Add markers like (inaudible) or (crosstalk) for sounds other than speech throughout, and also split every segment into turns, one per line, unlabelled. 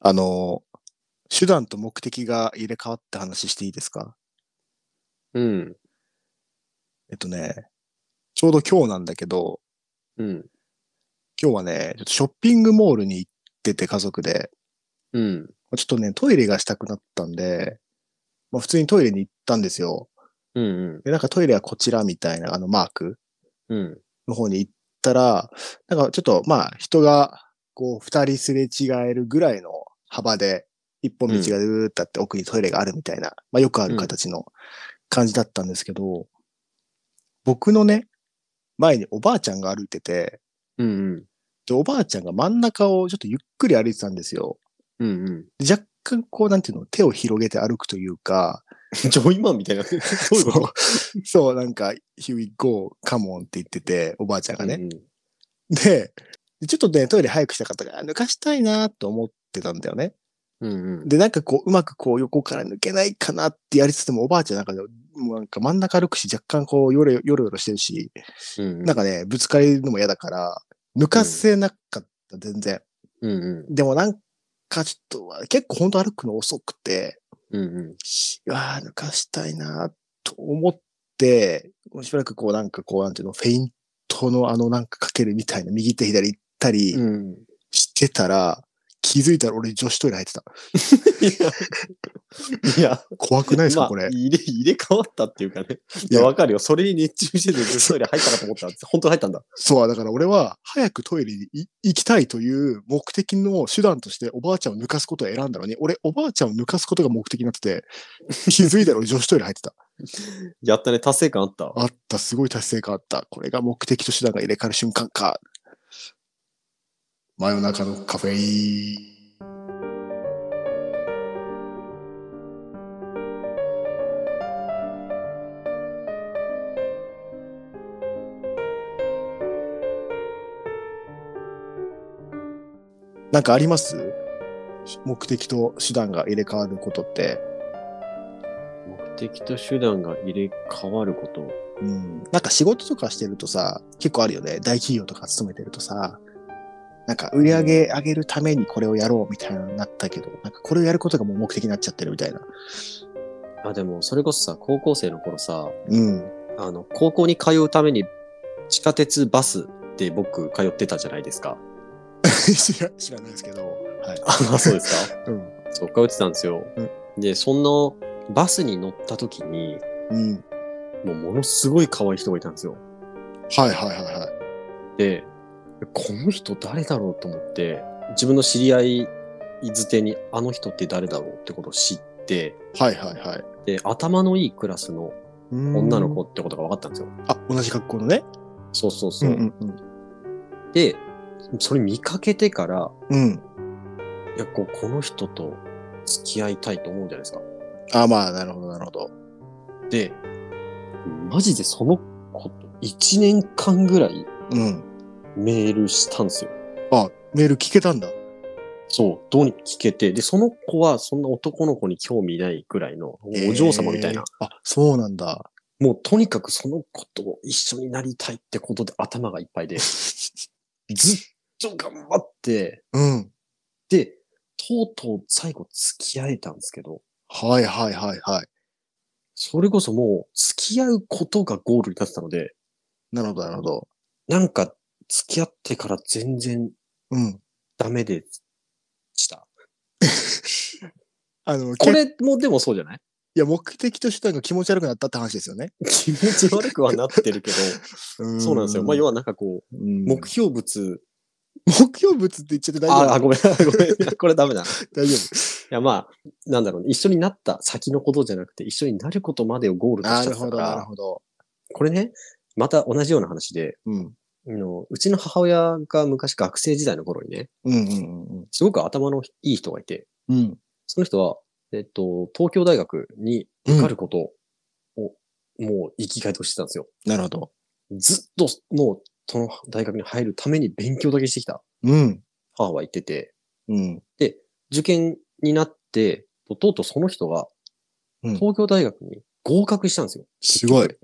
あの、手段と目的が入れ替わった話していいですか
うん。
えっとね、ちょうど今日なんだけど、
うん。
今日はね、ちょっとショッピングモールに行ってて家族で、
うん。
ちょっとね、トイレがしたくなったんで、まあ、普通にトイレに行ったんですよ。
うん。うん。
で、なんかトイレはこちらみたいな、あのマーク
うん。
の方に行ったら、なんかちょっとまあ人がこう二人すれ違えるぐらいの幅で一本道がずーっとあって奥にトイレがあるみたいな、まあよくある形の感じだったんですけど、僕のね、前におばあちゃんが歩いてて、
うん。
で、おばあちゃんが真ん中をちょっとゆっくり歩いてたんですよ。
うん。うん。
で若干こうなんていうの、手を広げて歩くというか、
(laughs) ジョイマンみたいな。 (laughs) そういうこと
そう、そうなんか、here we go, come on って言ってて、おばあちゃんがね。
うん
で、ちょっとね、トイレ早くしたかったから、抜かしたいなと思ってたんだよね。
うん。
で、なんかこう、うまくこう、横から抜けないかなってやりつつも、おばあちゃんなんかで、もうなんか真ん中歩くし、若干こう、よろよろよろしてるし、
うん。
なんかね、ぶつかるのも嫌だから、抜かせなかった、全然。
うん。うん。
でもなんかちょっと、結構ほんと歩くの遅くて、
うん。
うわー抜かしたいなと思って、しばらくこう、なんかこう、なんていうの、フェイントのあの、なんかかけるみたいな、右手左行ったり、
うん。
してたら、気づいたら俺女子トイレ入ってた。
いや、
怖くないですか、
まあ
これ。
入れ、入れ替わったっていうかね。い
い
や、
や
わかるよ。それに熱中してて、女子トイレ入ったかと思ったら、本当に入ったんだ。
そう、だから俺は早くトイレにい行きたいという目的の手段としておばあちゃんを抜かすことを選んだのに、俺おばあちゃんを抜かすことが目的になってて、気づいたら俺女子トイレ入ってた。
やったね。達成感あった。
あった、すごい達成感あった。これが目的と手段が入れ替わる瞬間か。真夜中のカフェイン。なんかあります目的と手段が入れ替わることって。
目的と手段が入れ替わること。
うん、なんか仕事とかしてるとさ、結構あるよね。大企業とか勤めてるとさ、なんか売り上げ上げるためにこれをやろうみたいなのになったけど、なんかこれをやることがもう目的になっちゃってるみたいな。
あ、でも、それこそさ、高校生の頃さ、
うん。
あの、高校に通うために、地下鉄、バスで僕、通ってたじゃないですか。
(laughs) 知ら知らないですけど。はい。
あ、そうですか
うん。
そう、通ってたんですよ。
うん
で、そのバスに乗った時に、
うん。
もうものすごい可愛い人がいたんですよ。
はいはいはいはい。
で、この人誰だろうと思って、自分の知り合いづてにあの人って誰だろうってことを知って、
はいはいはい。
で、頭のいいクラスの女の子。ってことが分かったんですよ。
あ、同じ格好のね。
そうそうそう。
んうん
で、それ見かけてから、
うん。うん。
いや、こう、この人と付き合いたいと思うじゃないですか。
あ、まあ、なるほどなるほど。
で、マジでその子と1年間ぐらい
うん。
メールしたんですよ。
あ、メール聞けたんだ。
そう、どうにか聞けて、で、その子はそんな男の子に興味ないくらいのお嬢様みたいな、
えー。あ、そうなんだ。
もうとにかくその子と一緒になりたいってことで頭がいっぱいで、 (laughs) ずっと頑張って、
うん。
で、とうとう最後付き合えたんですけど、
はいはいはいはい。
それこそもう付き合うことがゴールになってたので、
なるほどなるほど。
なんか付き合ってから全然
うん。
ダメでした。
あの、
こ
けい
れもでもそうじゃない
や、目的と手段が気持ち悪くなったって話ですよね。
(laughs) 気持ち悪くはなってるけど、そうなんですよ。まあ要
は、
はなんかこう、
うん
目標物、
目標物って言っちゃって大丈
あ
夫
あ、ごめん、ごめん、 (laughs) これダメだ。い
大丈
やまあ、なんだろうね、一緒になった先のことじゃなくて、一緒になることまでをゴール
夫。
と
な
しち
る
ゃった
ほど、
か
なる
ら、
ほど。
これね、また同じような話で、
うん。
あのうちの母親が昔学生時代の頃にね、
うんうん
すごく頭のいい人がいて、
うん。うん。
その人は、えっと、東京大学に受かることを、もう生きがいとしてたんですよ。
なるほど。
ずっと、もう、その大学に入るために勉強だけしてきた
うん。
母は言ってて、
うん。
受験になって、とうとうその人が
うん
東京大学に合格したんですよ。
すごい。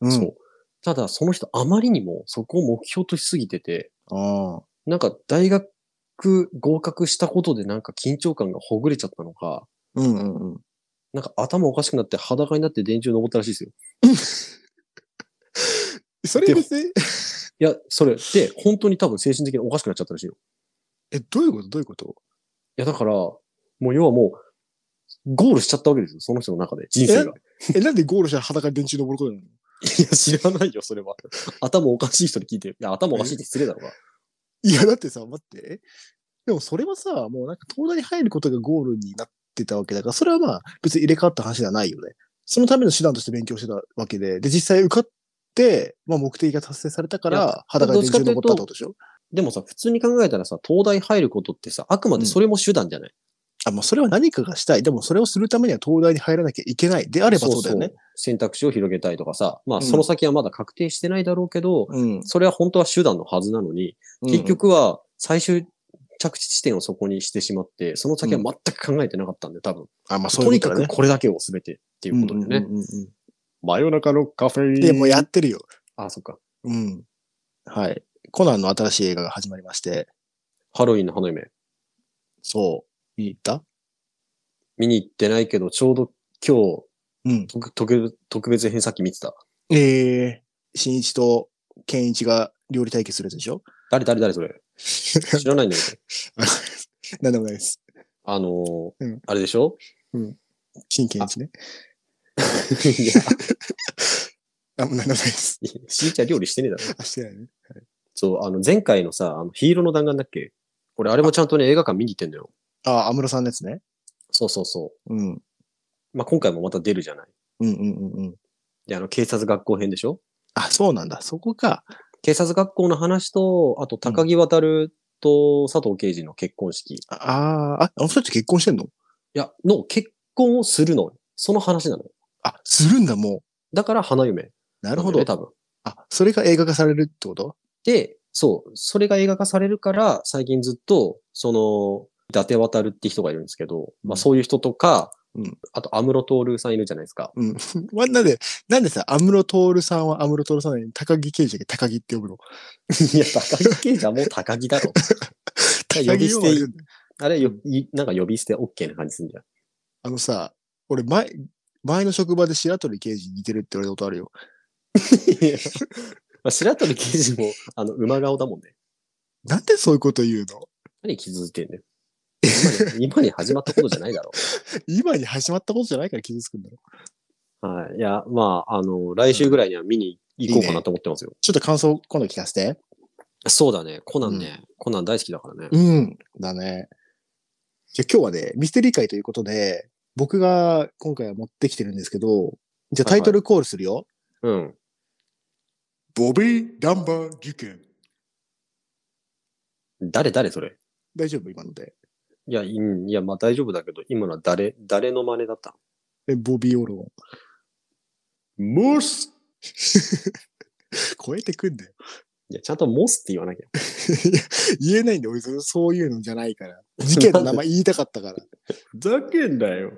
うん。
そう。ただ、その人あまりにもそこを目標としすぎてて、
ああ。
なんか大学格、合格したことでなんか緊張感がほぐれちゃったのか、
うんうんうん。
なんか頭おかしくなって裸になって電柱登ったらしいですよ。
それ別に、
いや、それで本当に多分精神的におかしくなっちゃったらしいよ。
え、どういうことどういうこと
いや、だから、もう要はもう、ゴールしちゃったわけですよ、その人の中で、人生が。
え、なんでゴールしたら裸に電柱登ることなの
いや、知らないよ、それは。頭おかしい人に聞いてる。いや、頭おかしいって失礼だろうが。
いや、だってさ、待って。でもそれはさ、もうなんか東大に入ることがゴールになってたわけだから、それはまあ別に入れ替わった話ではないよね。そのための手段として勉強してたわけで、で、実際受かって、まあ目的が達成されたか
い
ら、裸で電柱登ったってことでしょ
でもさ、普通に考えたらさ、東大入ることってさ、あくまでそれも手段じゃない。
あ、まあそれは何かがしたい。でもそれをするためには東大に入らなきゃいけない。であればそうだよね。
選択肢を広げたいとかさ、ま
う
あ
ん
その先はまだ確定してないだろうけど、
うん。
それは本当は手段のはずなのに、結局は最終着地地点をそこにしてしまって、その先は全く考えてなかったんで、多分。
うん、あ、まあそういう
とに
こ
か
とだ
く
ね。
これだけを全てっていうことでね。
うんうんうんうん
真夜中のカフェイン
で、もうやってるよ。
あ、そっか。
うん。はい。コナンの新しい映画が始まりまして、
ハロウィンの花嫁。
そう。見に行った
見に行ってないけど、ちょうど今
うん。
日、特特特別編さっき見てた。
ええ新一と健一が料理対決するやつでしょ
誰誰誰そ (laughs) れ知らないんだけど。
なんでもないです。
あの
う
ー
ん
あれでし (laughs) ょ
新健一ね。
いや、
あ、もうなんでもないです。
しーちゃん料理してねえだろ。
あ、してないね。
そう、あの、前回のさ、あのヒーローの弾丸だっけ俺、あれもちゃんとね、映画館見に行ってんだよ。
あ、安室さんのやつね。
そうそうそ
うん。うん
う。まあ、今回もまた出るじゃない。
うんうんうん。
で、あの、警察学校編でしょ
あ、そうなんだ。そこか。
警察学校の話と、あと、高木渡ると佐藤刑事の結婚式。い
ああー、あ、あの人たち結婚してんの
や、の結婚をするの。その話なのよ。
あ、するんだ、も
だから、花嫁。
う。な
な
るほど。
多分。
あ、それが映画化されるってこと
で、そう、それが映画化されるから、最近ずっと、その、伊達渡るって人がいるんですけど、
うん
まあそういう人とか、
うん
あと、安室徹さんいるじゃないですか。
うん。わなんで、なんでさ、安室徹さんは安室徹さんなのに高木刑事だけ高木って呼ぶの
(laughs) いや、高木刑事はもう高木だろ。
高木を
呼び捨て (laughs) あれよ、いなんか呼び捨て OK な感じすんじゃん。
あのさ、俺前、前の職場で白鳥刑事に似てるって言われたことあるよ。
まあ、白鳥刑事も、あの、馬顔だもんね。
なんでそういうこと言うの
何傷ついてんねん。今に今に始まったことじゃないだろ
今に始まったことじゃないから傷つくんだろ。
う。 (laughs) はい。いや、まあ、あの、来週ぐらいには見に行こうかなと思ってますよ。
ちょっと感想今度聞かせて。
そうだね。コナンね、コナン大好きだからね。
うん。だね。じゃあ今日はね、ミステリー会ということで、僕が今回は持ってきてるんですけど、じゃあタイトルコールするよ。
うん。
ボビー・ダンバー事件。
誰誰それ
大丈夫今ので。
いや、うんいや、まあ大丈夫だけど、今のは誰、誰の真似だった
えボビー・オロン。
のモス
(laughs) 超えてくんだよ。 (laughs)
いや、ちゃんとモスって言わなきゃ。
いや言えないんだよ。俺そそういうのじゃないから。事件の名前言いたか (laughs) ったから。
ふざけんだよ。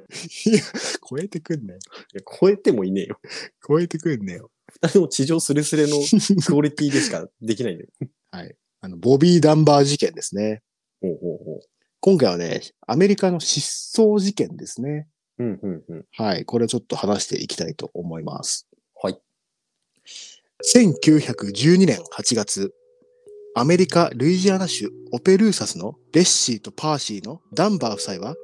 いや、超えてくんなよ。
いや、超えてもいねえよ。
超えてくんなよ。
二人も地上スレスレのクオリティでしかできないんだよ。
はい。あの、ボビー・ダンバー事件ですね。
ほうほうほう。
今回はね、アメリカの失踪事件ですね。
うんうんうん。
はい。これちょっと話していきたいと思います。
はい。
1912年8月、アメリカ・ルイジアナ州オペルーサスのレッシーとパーシーのダンバー夫妻は、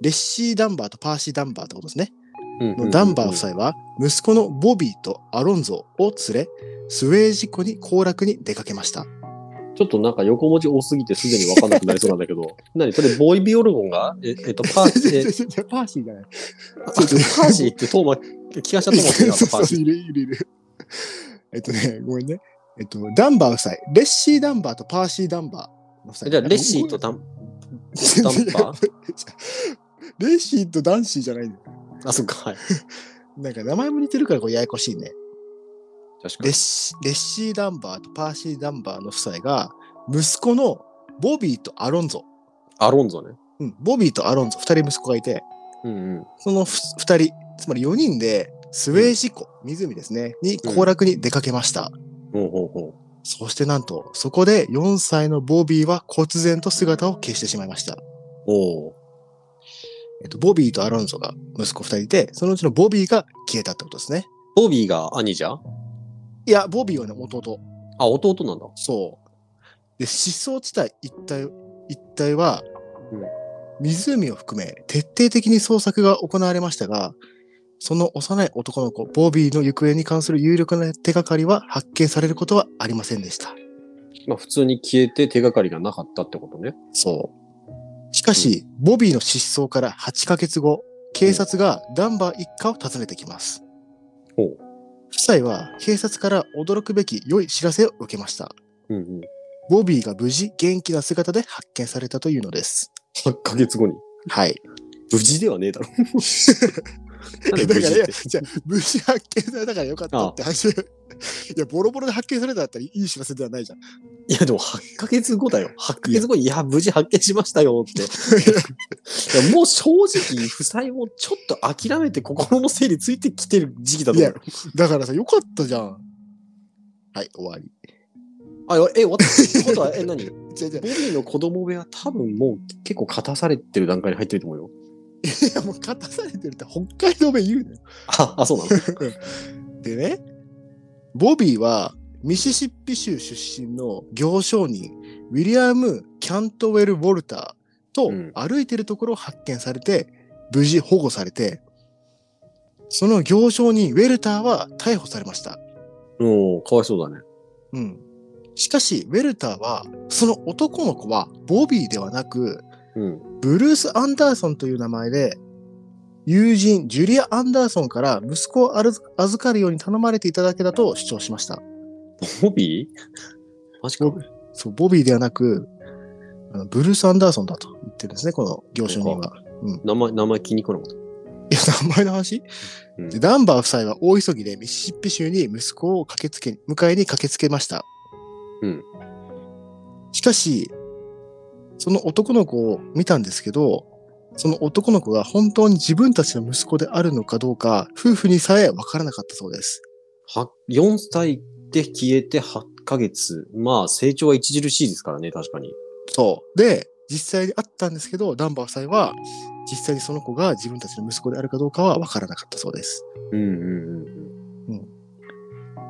レッシー・ダンバーとパーシー・ダンバーってことですね。
うんうんうん
のダンバー夫。妻は、息子のボビーとアロンゾを連れ、スウェージ湖に行楽に出かけました。
ちょっとなんか横文字多すぎてすでにわかんなくなりそうなんだけ (laughs) ど。なにそれ、ボーイビオルゴンがえ、えっと、パーシー、え (laughs)
パーシー (laughs) じゃない。
あパーシーってトーマ、気がしちゃったもんね、
そう
パーシ
そういるいるいる。えっとね、ごめんね。えっと、ダンバー夫妻、レッシー・ダンバーとパーシー・ダンバーの夫
(laughs) ー。
妻。
じゃあ、レッシーとダン、ダンバー
(laughs) レッシーとダンシーじゃないんだよ。
あ、そっか、はい。
なんか名前も似てるからこうややこしいね。
確か
レッ
に。
シレッシー・ダンバーとパーシー・ダンバーの夫妻が、息子のボビーとアロンゾ、
アロンゾね。
うん、ボビーとアロンゾ、二人息子がいて、
うんうん。
そのふ二人、つまり四人で、スウェージ湖、湖ですね、に行楽に出かけました。
ほうほうほ
そしてなんと、そこで4歳のボビーは忽然と姿を消してしまいました。
おう
えっと、ボビーとアロンソが息子二人いて、そのうちのボビーが消えたってことですね。
ボビーが兄じゃん
いや、ボビーはね、弟。
あ、弟なんだ。
そう。で、失踪地帯一帯、一帯は
うん、
湖を含め徹底的に捜索が行われましたが、その幼い男の子、ボビーの行方に関する有力な手がかりは発見されることはありませんでした。
まあ普通に消えて手がかりがなかったってことね。
そう。しかし、ボビーの失踪から8ヶ月後、警察がダンバー一家を訪ねてきます。
ほう。
夫妻は警察から驚くべき良い知らせを受けました。
うんうん。
ボビーが無事元気な姿で発見されたというのです。
8ヶ月後に。
はい。
無事ではねえだろ。なん
だか
で無
ら、い
事っ
や、
て。
じゃあ無事発見されたからよかったって話。い (laughs) や、ボロボロで発見されたんだったらいい知らせではないじゃん。
いや、でも8ヶ月後だよ。8ヶ月後に、いや、無事発見しましたよって。いやもう正直、負債もちょっと諦めて心の整理ついてきてる時期だと
い
思
や
う。、
だからさ、よかったじゃん。はい、終わり。
あ、え、私、ってことは、え、何ボ
じゃあじゃあ
ビーの子供部屋多分もう結構勝たされてる段階に入ってると思うよ。
いや、もう勝たされてるって北海道弁言うね。
あ、あ、そうなの
でね、ボビーはミシシッピ州出身の行商人、ウィリアム・キャントウェル・ウォルターと
うん
歩いてるところを発見されて、無事保護されて、その行商人、ウェルターは逮捕されました。
(laughs) うん、かわいそうだね。
うん。しかし、ウェルターは、その男の子はボビーではなく、
うん。
ブルース・アンダーソンという名前で、友人、ジュリア・アンダーソンから息子を預預かるように頼まれていただけだと主張しました。
ボビーマジか。
ボビそう、ボビーではなく、あのブルース・アンダーソンだと言ってるんですね、この行商人は。
名前、名前気に来なかった。
いや、名前の話、
うん
でダンバー夫妻は大急ぎでミシシッピ州に息子を駆けつけ、迎えに駆けつけました。
うん。
しかし、その男の子を見たんですけど、その男の子が本当に自分たちの息子であるのかどうか、夫婦にさえわからなかったそうです。
は4歳で消えて8ヶ月。まあ、成長は著しいですからね、確かに。
そう。で、実際に会ったんですけど、ダンバー夫妻は、実際にその子が自分たちの息子であるかどうかはわからなかったそうです。
うんうんうん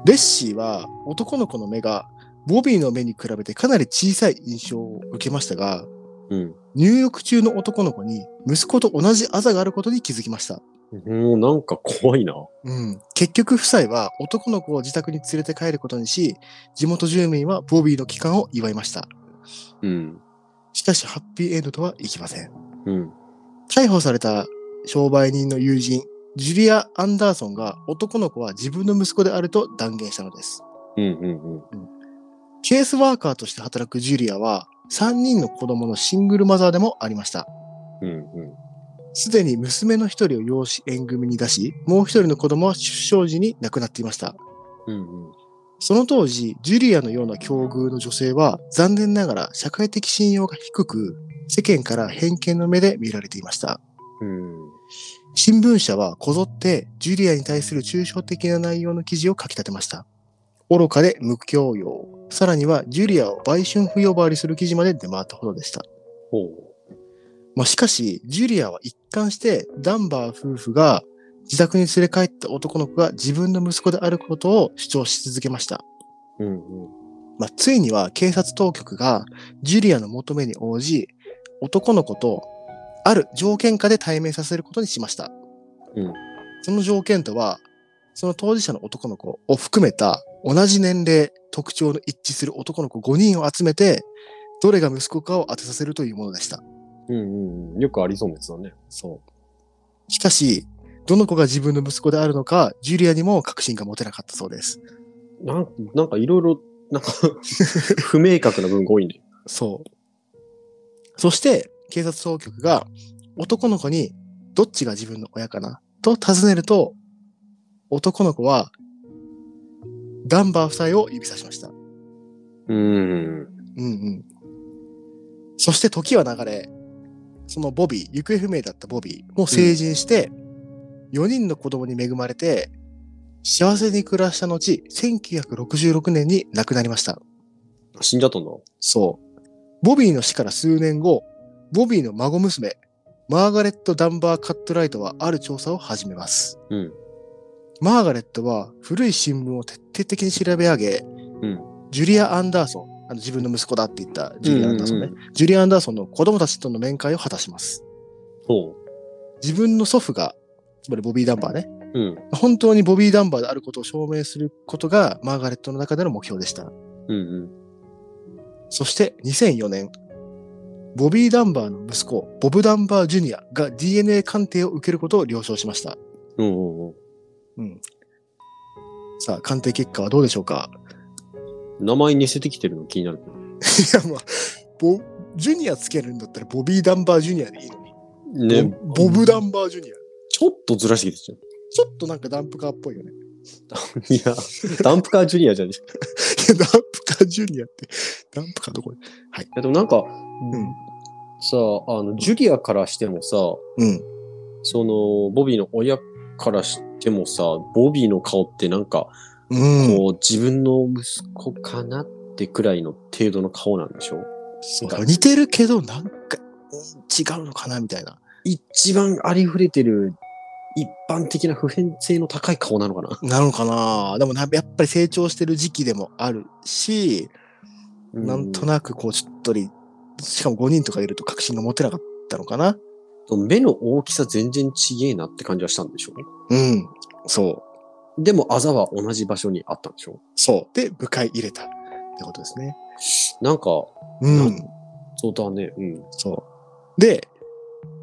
レッシーは男の子の目がボビーの目に比べてかなり小さい印象を受けましたが、
うん。
入浴中の男の子に息子と同じあざがあることに気づきました。
うん。もうなんか怖いな。
うん、結局夫妻は男の子を自宅に連れて帰ることにし、地元住民はボビーの帰還を祝いました。
うん。
しかしハッピーエンドとはいきません。
うん。
逮捕された商売人の友人、ジュリア・アンダーソンが男の子は自分の息子であると断言したのです。
うんうんうん。
ケースワーカーとして働くジュリアは、3人の子供のシングルマザーでもありました。
うんうん。
すでに娘の1人を養子縁組に出し、もう1人の子供は出生時に亡くなっていました。
うんうん。
その当時、ジュリアのような境遇の女性は、残念ながら社会的信用が低く、世間から偏見の目で見られていました。
うん。
新聞社はこぞってジュリアに対する抽象的な内容の記事を書き立てました。愚かで無教養。さらにはジュリアを売春不要ばりする記事まで出回ったほどでした。
ほう。
まあ、しかし、ジュリアは一貫してダンバー夫婦が自宅に連れ帰った男の子が自分の息子であることを主張し続けました。
うんうん。
まあ、ついには警察当局がジュリアの求めに応じ、男の子とある条件下で対面させることにしました。
うん
その条件とは、その当事者の男の子を含めた同じ年齢、特徴の一致する男の子5人を集めて、どれが息子かを当てさせるというものでした。
うんうん。よくありそうなやつだね。
そう。しかし、どの子が自分の息子であるのか、ジュリアにも確信が持てなかったそうです。
なんなんかいろいろ、なんか、 (laughs) 不明確な部分が多いね。
そう。そして、警察当局が男の子にどっちが自分の親かなと尋ねると、男の子はダンバー夫妻を指さしました。うん
うん。
うん。そして時は流れ、そのボビー、行方不明だったボビーも成人して、4人の子供に恵まれて、幸せに暮らした後、1966年に亡くなりました。
死んじゃったんだ。
そう。ボビーの死から数年後、ボビーの孫娘、マーガレット・ダンバー・カットライトはある調査を始めます。
うん。
マーガレットは古い新聞を徹底的に調べ上げ、
ん
ジュリア・アンダーソン、あの自分の息子だって言ったジュリア・アンダーソンね、
うん
ジュリア・アンダーソンの子供たちとの面会を果たします。
ほ
自分の祖父が、つまりボビー・ダンバーね、
う。うん。
本当にボビー・ダンバーであることを証明することがマーガレットの中での目標でした。
うんうん。
そして2004年、ボビー・ダンバーの息子、ボブ・ダンバー・ジュニアが DNA 鑑定を受けることを了承しました。
うんうんうん。
うん。さあ、鑑定結果はどうでしょうか
名前似せてきてるの気になる。
いや、まあ、ボ、ジュニアつけるんだったらボビー・ダンバー・ジュニアでいいのに。
ね。
ボボブ・ダンバー・ジュニア。
ちょっとずらしてきてちゃ
ちょっとなんかダンプカーっぽいよね。 (laughs)
う。いや、ダンプカージュニアじゃん。い
いやダンプカー・ジュニアって、ダンプカーどこで
やでもなんか、
ん
さあ、あの、ジュリアからしてもさ、
うん。
その、ボビーの親からしてもさ、ボビーの顔ってなんか、
うん。
こう、自分の息子かなってくらいの程度の顔なんでしょ
そうだ似てるけど、なんか、うん違うのかなみたいな。
一番ありふれてる、一般的な普遍性の高い顔なのかな、
なのかなでもな、やっぱり成長してる時期でもあるし、なんと
な
なくこう、ちょっとり、しかも5人とかいると確信が持てなかったのかな
く。目の大きさ全然ちげえなって感じはしたんでしょ
うん。そう。
でも、あざは同じ場所にあったんでしょ
そう。で、迎え入れた。ってことですね。
なんか、
う。
なんそうだね。うん。
そう。で、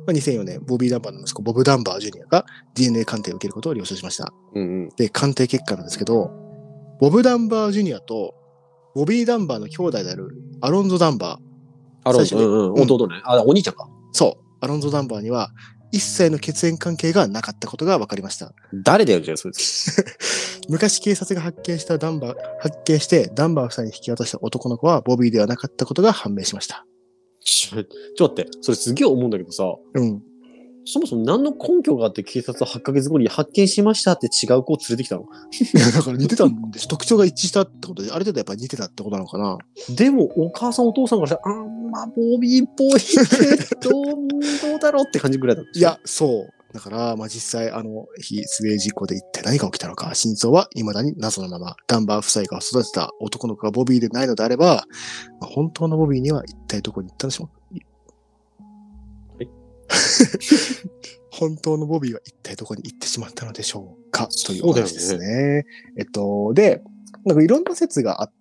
まあ、2004年、ボビー・ダンバーの息子、ボブ・ダンバー・ジュニアが DNA 鑑定を受けることを了承しました。
うんうん。
で、鑑定結果なんですけど、ボブ・ダンバー・ジュニアと、ボビー・ダンバーの兄弟であるアロンゾ・ダンバー、
あロン
最初に
ゾ、うん
う
うんん。弟ね。あ、お兄ちゃんか。
そう、アロンゾ・ダンバーには一切の血縁関係がなかったことが分かりました。
誰だよ、じゃあ、そいつ。
昔警察が発見したダンバー、発見してダンバー夫妻に引き渡した男の子はボビーではなかったことが判明しました。
(laughs) ちょ、ちょっと待って。それすげえ思うんだけどさ、
うん。 (laughs)
そもそも何の根拠があって警察は8ヶ月後に発見しましたって違う子を連れてきたの
いや、だから似てたんでしょ、特徴が一致したってことで、ある程度やっぱり似てたってことなのかな。
でも、お母さんお父さんからしたら、あんまボビーっぽいけど、どう (laughs) だろうって感じぐらいだった。
いや、そう。だから、まあ、実際、あの日、スウェー事故で一体何が起きたのか、真相は未だに謎のまま、ダンバー夫妻が育てた男の子がボビーでないのであれば、まあ本当のボビーには一体どこに行ったんでしょう
はい
(laughs) 本当のボビーは一体どこに行ってしまったのでしょうかという
そう
お
だよね
話ですね。えっと、で、なんかいろんな説があっ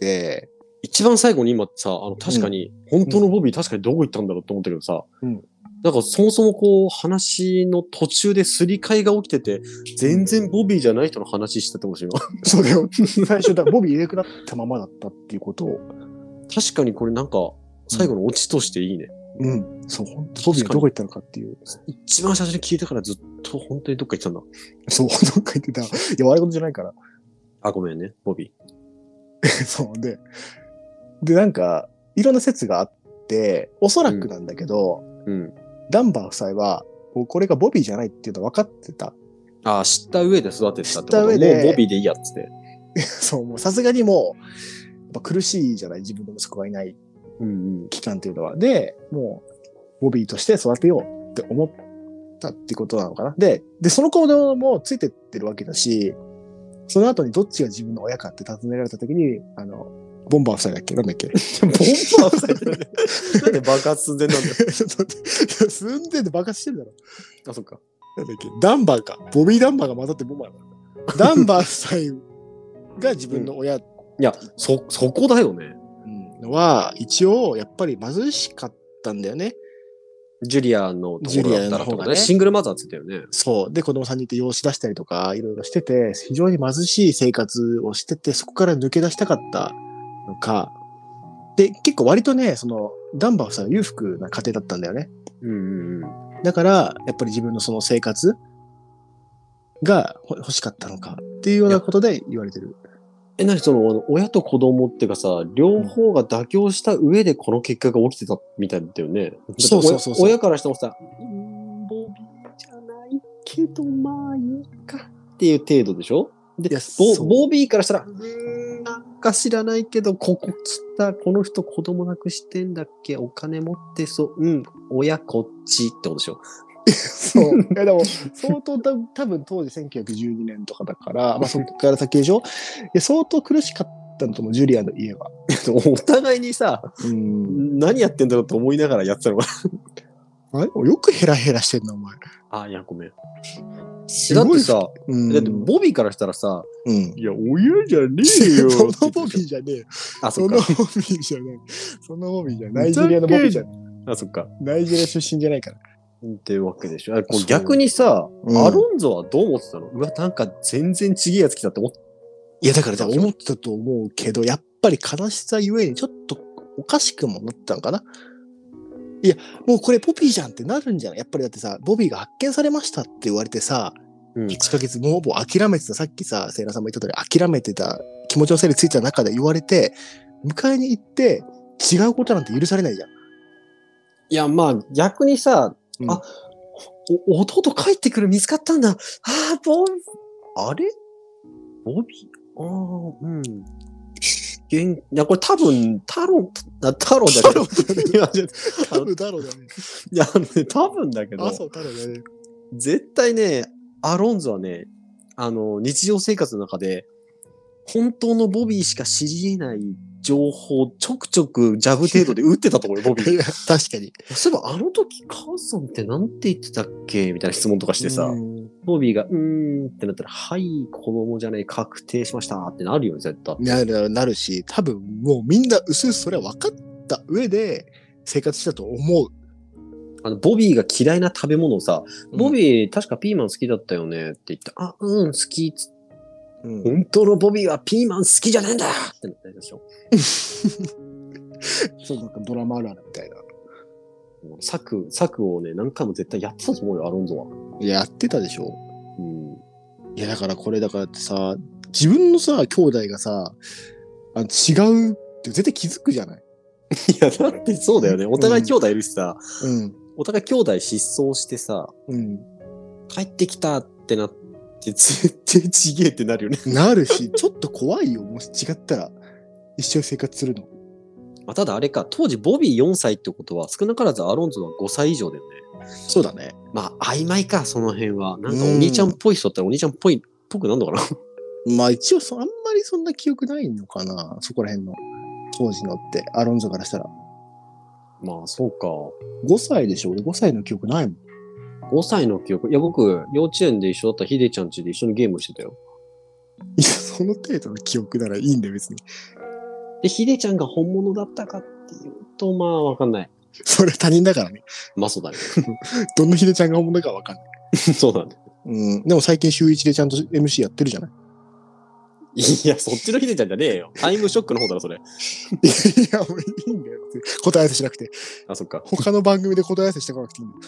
て、
一番最後に今さ、あの、確かに、本当のボビー確かにどこ行ったんだろうと思ったけどさ、
うん
なんかそもそもこう、話の途中ですり替えが起きてて、全然ボビーじゃない人の話しててほしいな。 (laughs)
そうだよ。最初だ、ボビー入れくなったままだったっていうことを、
確かにこれなんか、最後のオチとしていいね。
うん。そう、本当ボビーがどこ行ったのかっていう。
一番最初に聞いたからずっと本当にどっか行ってたんだ。
そう、 (laughs) どっか言ってた。いや、悪いことじゃないから。 (laughs)
あ、ごめんね、ボビ
そうで。で、なんか、いろんな説があって、おそらくなんだけど、
ー。うん。
ダンバー夫妻は、もうこれがボビーじゃないっていうの分かってた。 (laughs)
あ、知った上で育ててたっ
知っ
てこと
た上で
もうボビーでいいやっつって。
そう、もうさすがにもう、やっぱ苦しいじゃない自分の息子がいない
うんうん。
期間っていうのは。で、もう、ボビーとして育てようって思ったってことなのかな。で、で、その行動もついてってるわけだし、その後にどっちが自分の親かって尋ねられた時に、あの、ボンバー夫妻だっけなんだっけ
ボンバー夫妻 (laughs) なんで爆発寸前なんだ
(laughs)
よ。
ちょっと待って寸前で爆発してるだろ。
あ、そっか。
なんだっけダンバーか。ボビー・ダンバーが混ざってボンバー
(laughs)
だ。ダンバー夫妻が自分の親、
いや、そ、そこだよね。
うんは、一応、やっぱり貧しかったんだよね。
ジュリアのところだったら
ジュリアの
と
方
か
がね
ね。シングルマザーっつってたよね。
そう。で、子供さんにいて養子出したりとか、いろいろしてて、非常に貧しい生活をしてて、そこから抜け出したかったのか。で、結構割とね、その、ダンバー夫妻は裕福な家庭だったんだよね。
うんうんうん。
だから、やっぱり自分のその生活がほ欲しかったのかっていうようなことで言われてる。
え、なにその、あの親と子供っていうかさ、両方が妥協した上でこの結果が起きてたみたいだよね。
そうそうそうそう
親親からしてもさ、うんボビーじゃないけど、まあいいかっていう程度でしょ
いや、
ボ
そう
ボビーからしたら、うーんなんか知らないけど、ここ来た、この人子供なくしてんだっけ、お金持ってそう、うん、親こっちってことで
(laughs)
しょ。
そう。いやでも、相当た多分当時1912年とかだから、まあそっから先でしょいや、相当苦しかったのとも、ジュリアの家は。
お互いにさ、
うん。
何やってんだろうと思いながらやってたのか
あれよくヘラヘラしてんな、お前。
な。あ、いや、ごめん。
す
だっ
ご
て
い
さ、
うん。
だってボビーからしたらさ、
うん。
いや、親じゃ
(laughs)
ね
そ
えよって言っ
のボ
てた
ビ
じ
ーじゃねえよ。
ゃん。あ、そ
そ
っ
のボ
か。
ビーじゃない。そのボビーじゃない。ナイジェリアのボビーじゃない。
あ、そっか。
ナイジェリア出身じゃないから。
っていうわけでしょ。あこう
そう
逆にさ、
うん
アロンゾはどう思ってたのうわ、なんか全然ちげえやつ来たって思って。
いや、だから思ってたと思うけど、やっぱり悲しさゆえにちょっとおかしくもなったのかな。いや、もうこれポピーじゃんってなるんじゃないやっぱりだってさ、ボビーが発見されましたって言われてさ、
うん
1ヶ月もうもう諦めてた、さっきさ、セイラさんも言った通り諦めてた気持ちの整理ついた中で言われて、迎えに行って違うことなんて許されないじゃん。
いや、まあ逆にさ、
うん
あ、お弟帰ってくる見つかったんだ。ああ、ボビー。あれボビーああ、うん。元いや、これ多分、太郎、あ太郎じゃない。いや、
多分だろうだね。
いやあのね多分だけど
あ、、そう、だろうだね。
絶対ね、アロンゾはね、あの、日常生活の中で、本当のボビーしか知り得ない情報をちょくちょくジャブ程度で打ってたと思うよ、ボビー。
いや確かに。
(laughs) そういえば、あの時、母さんってなんて言ってたっけみたいな質問とかしてさ、
うん
ボビーが、うーんってなったら、はい、子供じゃない、確定しましたってなるよね、絶対。
なるなるし、多分もうみんな薄々それは分かった上で生活したと思う。
あの、ボビーが嫌いな食べ物をさ、ボビー、確かピーマン好きだったよねって言った、あ、うん、好きっつって
うん、
本当のボビーはピーマン好きじゃねえんだってなったでしょ。
そうなんかドラマあるあるみたいな。
もう策、策をね、何回も絶対やってたと思うよ、アロンゾは。
いややってたでしょ。
うん。
いやだからこれだからってさ、自分のさ、兄弟がさ、あの違うって絶対気づくじゃない。
いや、だってそうだよね。お互い兄弟いるしさ、
うん。
お互い兄弟失踪してさ、
うん。
帰ってきたってなって、絶対ちげえってなるよね。
なるし、ちょっと怖いよ。もし違ったら、一緒に生活するの。
(laughs) まあ、ただあれか、当時ボビー4歳ってことは、少なからずアロンゾは5歳以上だよね。
そうだね。
まあ、曖昧か、その辺は。なんかお兄ちゃんっぽい人だったらお兄ちゃんっぽい、っぽくなんのかな。
まあ一応そ、あんまりそんな記憶ないのかな。そこら辺の。当時のって、アロンゾからしたら。
まあ、そうか。
5歳でしょ俺5歳の記憶ないもん。
5歳の記憶。いや、僕、幼稚園で一緒だったヒデちゃん家で一緒にゲームしてたよ。
いや、その程度の記憶ならいいんだよ、別に。
で、ヒデちゃんが本物だったかっていうと、まあ、わかんない。
それ他人だからね。
まあ、そうだね。
どのヒデちゃんが本物かわかんない。
(laughs) そうだね。
うん。でも最近週一でちゃんと MC やってるじゃない。
いや、そっちのヒデちゃんじゃねえよ。タイムショックの方だろ、それ。
いや、もういいんだよ。別に答え合わせしなくて。
あ、そっか。 (laughs)
他の番組で答え合わせしてこなくていいんだよ。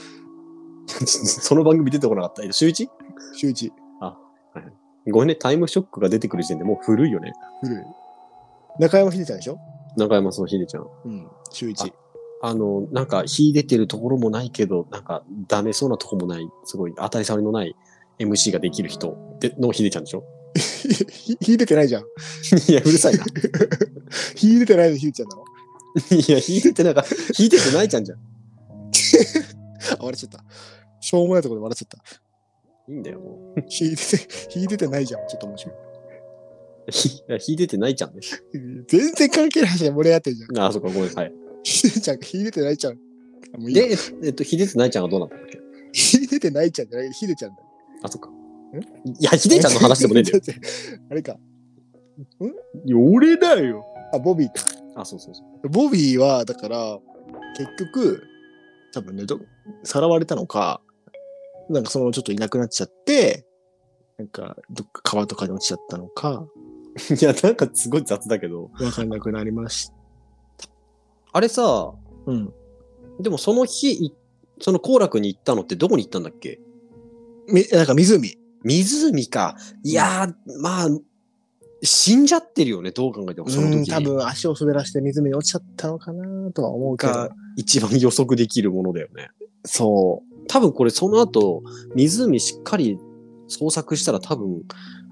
その番組出てこなかった。え週 1?
週一。
ごめんね、タイムショックが出てくる時点でもう古いよね。
古い。中山ヒデちゃんでしょ
中山そのヒデちゃん。
うん。週一。
あの、なんか、秀でてるところもないけど、なんか、ダメそうなとこもない、すごい当たり障りのない MC ができる人でのヒデちゃんでしょ
ヒデてないじゃん。
いや、うる (laughs) さいな。
ヒデてないのヒデちゃんなの
いや、秀でてなんか、秀でてないちゃんじゃん。
あ、笑っちゃった。しょうもないところで笑っちゃっ
いいんだよ、も
た。ヒデて、ヒデてないじゃん。ちょっと面白い。
う。ひいや秀でてないちゃんね。
全然関係ないじゃん。盛り上がってるじゃん。
あ、そっか、ごめん。はい。
ヒデちゃん、ヒデてないちゃん。もういいや
で、えっと、秀でてないちゃんはどうなったんだっけ
ひでてないちゃんじゃない、ひでちゃんだ。
あ、そっか。いや、秀ちゃんの話でもねえんだよ。
ちょっと待って (laughs) あれか。
いや俺だよ。
あ、ボビーか。
あ、そうそうそう。
ボビーは、だから、結局、多分ね、どさらわれたのか、なんかそのちょっといなくなっちゃって、なんか、どっか川とかに落ちちゃったのか、
(laughs) いや、なんかすごい雑だけど。
わかんなくなりました。
あれさ、
うん。
でもその日、いその行楽に行ったのってどこに行ったんだっけ
み、なんか湖。
湖か。いやー、まあ、死んじゃってるよね、どう考えても、その
うん、
時
多
に。
分足を滑らして湖に落ちちゃったのかなとは思うけど
が。一番予測できるものだよね。
そ
多分これその後、湖しっかり捜索したら多分、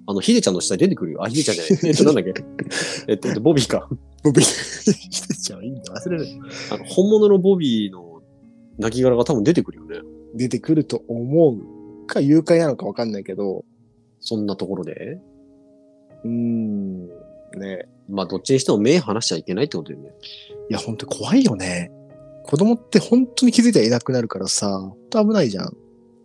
あの、ヒデちゃんの下に出てくるよ。あ、ヒデちゃんじゃ (laughs) ない。えっと、なんだっけ。えっと、ボビーか。
ボビー、 (laughs) ひでちゃんいいんだ。忘れる。
あの、本物のボビーの亡骸が多分出てくるよね。
出てくると思うか、誘拐なのかわかんないけど、
そんなところで。
うーん、ね
まあ、どっちにしても目離しちゃいけないってことだよね。
いや、ほんと怖いよね。子供って本当に気づいたらいなくなるからさ、ほんと危ないじゃん。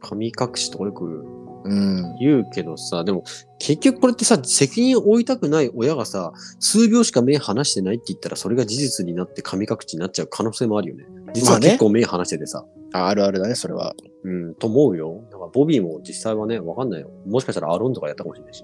神隠しとかよく
うん。
言うけどさ、でも結局これってさ、責任を負いたくない親がさ、数秒しか目離してないって言ったら、それが事実になって神隠しになっちゃう可能性もあるよね。実
ま
は
あね
結構目離しててさ。
ああるあるだね、それは。
うん、と思うよ。だからボビーも実際はね、わかんないよ。もしかしたらアロンとかやったかもしれないし。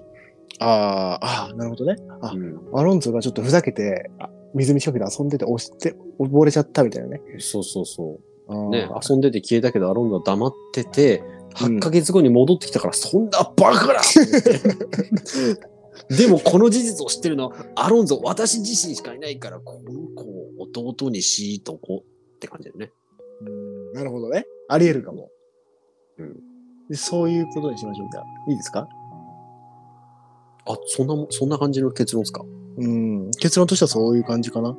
ああー、あーなるほどね。あ
うん、
アロンゾがちょっとふざけて、あ水見近くで遊んでて押して、溺れちゃったみたいなね。
そうそうそ
あ
う。
ー
ね、遊んでて消えたけど、アロンが黙ってて、
うん
8ヶ月後に戻ってきたから、そんなバカだ (laughs) でもこの事実を知ってるのはアロンゾ私自身しかいないからこの子を弟にしとこうって感じだよね。
うんなるほどね。あり得るかも。
うん
で。そういうことにしましょうか。いいですか
あそんなもそんな感じの結論ですか
うん。結論としてはそういう感じかな。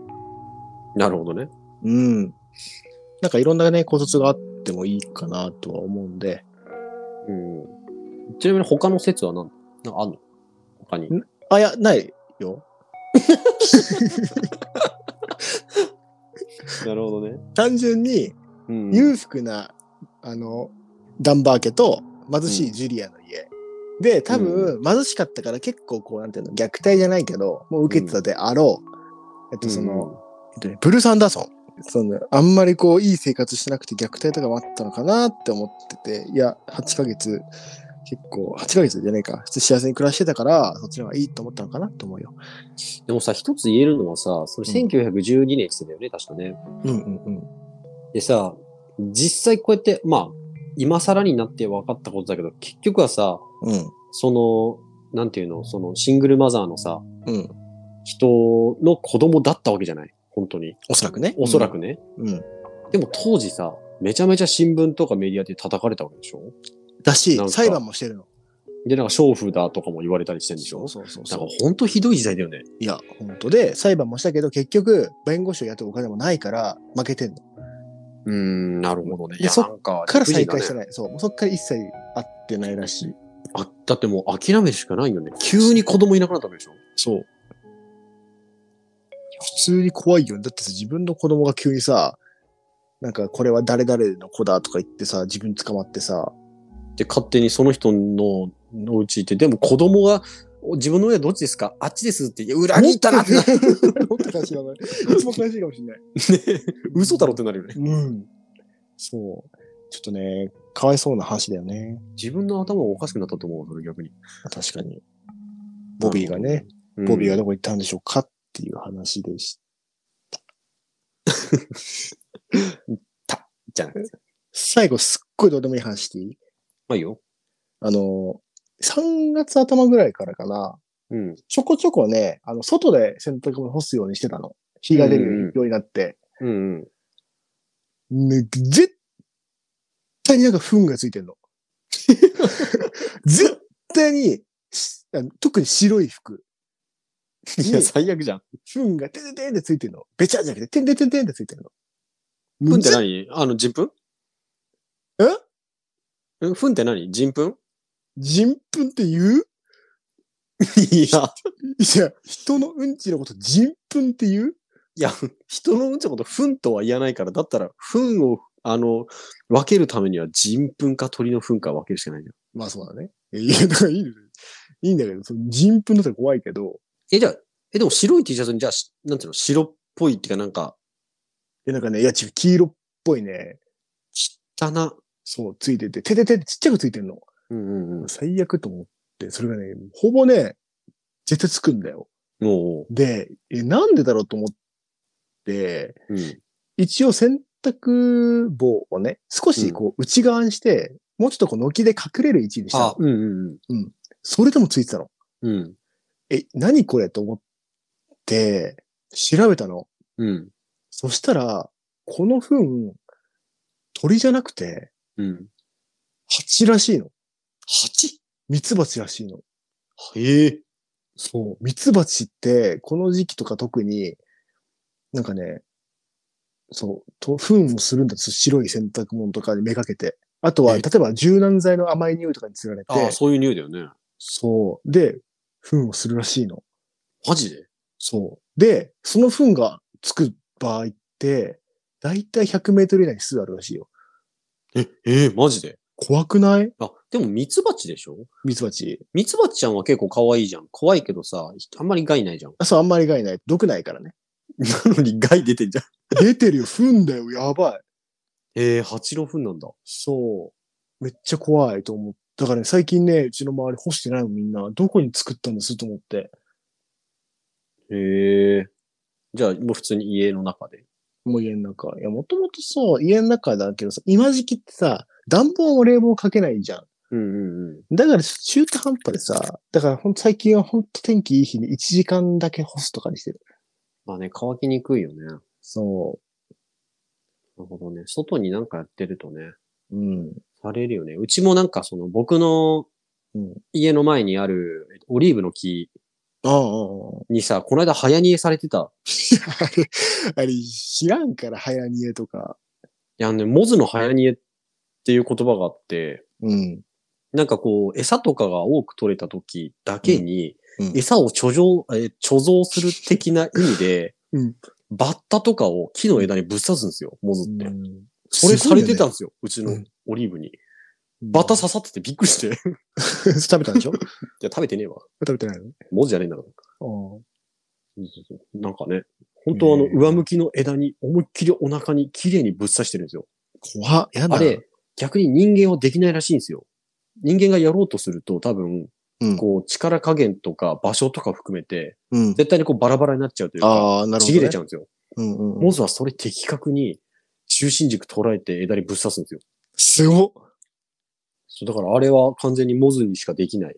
なるほどね。
うん。なんかいろんなね、考察があってもいいかなとは思うんで。
うん、ちなみに他の説は何なんかあんの他に
ん。あ、いや、ないよ。
なるほどね。
単純に
うん
裕福な、あの、ダンバー家と貧しいジュリアの家。で、多分貧しかったから結構こう、なんていうの、虐待じゃないけど、もう受けてたであろう。えっと、その、、えっとねブルース・アンダーソン。そのあんまりこう、いい生活してなくて虐待とかもあったのかなって思ってて、いや、8ヶ月、結構、8ヶ月じゃないか。普通幸せに暮らしてたから、そっちの方がいいと思ったのかなと思うよ。
うんでもさ一つ言えるのはさそれ1912年って言ってたよね、確かね。
うんうんうん。
でさ、実際こうやって、まあ、今更になって分かったことだけど、結局はさ、
うん。
その、なんていうの、そのシングルマザーのさ、
うん。
人の子供だったわけじゃない本当に。
おそらくね。
おそらくね。
うん。うん。
でも当時さ、めちゃめちゃ新聞とかメディアで叩かれたわけでしょ
だ
なん
し、
か
裁判もしてるの。
で、なんか、娼婦だとかも言われたりしてんでしょ
そうそう
だ
そ
か
う
ら。ほんとひどい時代だよね。
いや、本当で、裁判もしたけど、結局、弁護士を雇うお金もないから、負けてんの。
うーん、なるほどね。い
で
や、
そっ
なんか、
から
理不尽
再
だね
開してない。そう。もうそっから一切会ってないらしい。
あ、だってもう諦めるしかないよね。急に子供いなくなったわけでしょ
そう。普通に怖いよね。だってさ、自分の子供が急にさ、なんかこれは誰々の子だとか言ってさ、自分捕まってさ、
で、勝手にその人の、のうち行って、でも子供が、お自分の親どっちですかあっちですって、いや裏切ったな
(laughs)
ってなる。
もっと悲しいかもしれない。一番悲しいかもしれない。
嘘だろってなるよね。
うん。そう。ちょっとね、かわいそうな話だよね。
自分の頭がおかしくなったと思う、それ逆に。
確かに。ボビーがね、
うん、
ボビーがどこ行ったんでしょうかっていう話でし
じゃなくて。
最後、すっごいどうでもいい話していい
まあいいよ。
あの、3月頭ぐらいからかな、
うん。
ちょこちょこね、あの、外で洗濯物干すようにしてたの。日が出るようになって。
うんうん。
ね絶対になんか糞がついてんの。絶対に、しあの特に白い服。
いや、最悪じゃん。
糞がてんてんてんってついてんの。べちゃじゃなくて、てんてんてんてんってついてんの。
ふんって
ぜ
何あの、人糞
え
えふんって何人糞
人糞って言う
いや、
いや、人のうんちのこと人糞って言う
いや、人のうんちのこと、ふんとは言わないから、だったら、ふんを、あの、分けるためには人糞か鳥の糞か分けるしかないじゃん。
まあそうだね。いや、だからいいですいいんだけど、その人糞だったら怖いけど、
え、じゃあ、え、でも白い T シャツに、じゃあ、しなんていうの、白っぽいっていうか、なんか、
え、なんかね、いや、ち黄色っぽいね、
汚な。
そう、ついてて、てててってちっちゃくついてんの。
うんうんうん。
最悪と思って、それがね、ほぼね、絶対つくんだよ。
も
で、え、なんでだろうと思って、
う、うん。
一応洗濯棒をね、少しこう内側にして、もうちょっとこう軒で隠れる位置にした
あ
の、。
うんうん
それでもついてたの。
うん。うん。
え、何これと思って、調べたの。
うん。
そしたら、この糞、鳥じゃなくて、
うん。
蜂らしいの。
蜂
蜜蜂らしいの。
へえ。
そう、ミツバチって、この時期とか特に、なんかね、そう、と、糞をするんだと白い洗濯物とかにめがけて。あとは、
え
例えば柔軟剤の甘い匂いとかにつられて
あ、あ、そういう匂いだよね。
そう、で、糞をするらしいの。
マジで
そう。で、その糞がつく場合って、だいたい100メートル以内に巣あるらしいよ。
え、えー、マジで
怖くない
あ、でもミツバチでしょ
ミツバチ。
ミツバチちゃんは結構可愛いじゃん。可愛いけどさ、あんまり害ないじゃん。
あ、そう、あんまり害ない。毒ないからね。
(laughs) なのに害出てんじゃん。
出てるよ、糞だよ、やばい。
えー、八郎フンなんだ。
そう。めっちゃ怖いと思う。だからね、最近ね、うちの周り干してないのみんな、どこに作ったんですと思って。
へえ。じゃあ、もう普通に家の中で。
もう家の中。いや、もともとそう、家の中だけどさ、今時期ってさ、暖房も冷房かけないじゃん。
うんうんうん。
だから中途半端でさ、だからほんと最近はほんと天気いい日に1時間だけ干すとかにしてる。
まあね、乾きにくいよね。な
そ
るほどね。外になんかやってるとね、
う。うん。
されるよね。うちもなんかその僕の
うん
家の前にあるえっとオリーブの木
あああああ
にさ、この間早煮えされてた。
あ。あれ、 (laughs) あれ、知らんから、早煮えとか。
いやね、モズの早煮えっていう言葉があって、
うん。
なんかこう、餌とかが多く取れた時だけに、
うんうん
餌を貯蔵、えー貯蔵する的
(laughs)
な意味で、
うん
バッタとかを木の枝にぶっ刺すんですよ、モズって。
そ
それ
れ
さ
さ
れ
れ
て
て
たん
た。
ですよ、うちの
うん
オリーブに。
バ
バ
タ
タ
さ、
刺さっててびっくりして。い
(laughs)
(laughs)
食べたんでしょ
や、食べてねえわ。
食べてないの
文字じゃねえんだから。
ああ。
なんかね、本当あの、
へえ
上向きの枝に思いっきりお腹に綺麗にぶっ刺してるんですよ。
怖っ。やだ。
あれ、逆に人間はできないらしいんですよ。人間がやろうとすると多分、
うん
こう、力加減とか場所とか含めて、
うん。
絶対にこうバラバラになっちゃうというか、
ああ、なるほど、ね。
ちぎれちゃうんですよ。
うんうんう
モ
ん。
ズはそれ的確に中心軸捉えて枝にぶっ刺すんですよ。
すごっ。
そうだからあれは完全にモズにしかできない。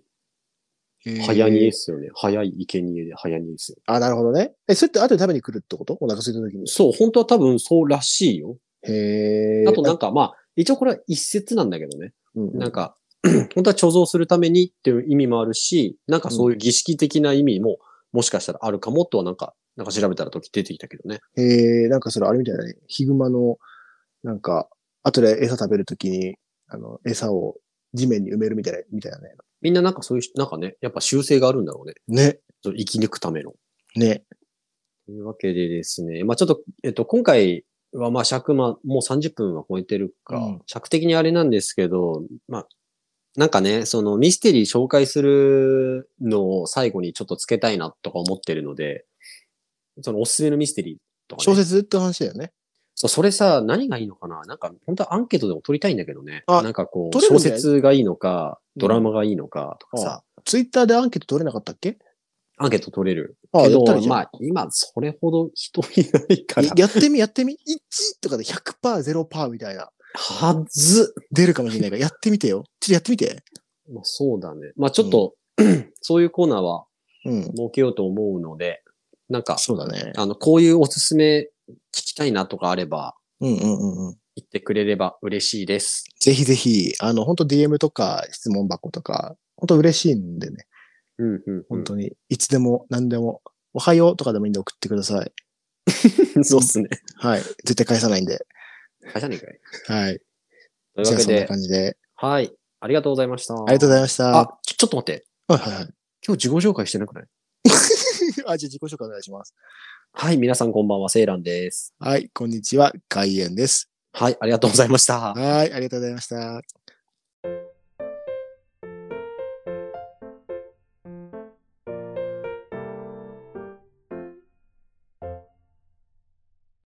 早煮えっ
え。
すよね。早い生贄で早煮えっすよ。
あ、なるほどね。え、それって後で食べに来るってことお腹空いた時に。
そう、本当は多分そうらしいよ。
へえ。
あとなんかまあ、一応これは一説なんだけどね。
うんうん、
なんか、 (clears throat) 本当は貯蔵するためにっていう意味もあるし、なんかそういう儀式的な意味も、もしかしたらあるかもとはなんか、なんか調べたら時出てきたけどね。
へえ、なんかそれあれみたいだね。ヒグマの、なんか、後で餌食べるときに、あの、餌を地面に埋めるみたいな、みたいなね。
みんななんかそういう、なんかね、やっぱ修正があるんだろうね。
ね。
そう生き抜くための。
ね。
というわけでですね、まあちょっと、えっと、今回はまあ尺、まあもう30分は超えてるか、
うん
尺的にあれなんですけど、まあ、なんかね、そのミステリー紹介するのを最後にちょっとつけたいなとか思ってるので、そのおすすめのミステリーとか、ね。
小説って話だよね。
そう、それさ、何がいいのかななんか、本当はアンケートでも取りたいんだけどね。
あ
なんかこう、
取れる
小
んだよ
説がいいの
う
か、
ん
ドラマがいいのかとかさ、
ツイッターでアンケート取れなかったっけ
アンケート取れる。
ああ、
け
や
ど
ったらいい、じゃん
まあ、今、それほど人いないから。
やってみ、やってみ。1とかで100%、0%みたいな。
はず。
出るかもしれないから、やってみてよ。ちょっとやってみて。
まあ、そうだね。まあ、ちょっと、 (clears throat) そういうコーナーは
うん。
設けようと思うので、なんか、
そうだね。
あの、こういうおすすめ聞きたいなとかあれば、
うんうんうんうん。
言ってくれれば嬉しいです。
ぜひぜひ、あの、本当 DM とか質問箱とか、本当嬉しいんでね。
うんうん、
本当に、いつでも何でも、おはようとかでもいいんで送ってください。
に。そうっ (laughs) すね。
はい。絶対返さないんで。
あじゃねえかい。
はい。
という
じ
わ
ゃあ
け
そんな
で、
感じで。
はい。ありがとうございました。あ
ありがとうございました。
あ、ちょちょっと待って。
はいはいはい。 (laughs)
今日自己紹介してなくない
あ、じゃあ自己紹介お願いします。
はい、皆さんこんばんは、セイランです。
はい、こんにちは。外苑です。
はい、ありがとうございました。
はい、ありがとうございました。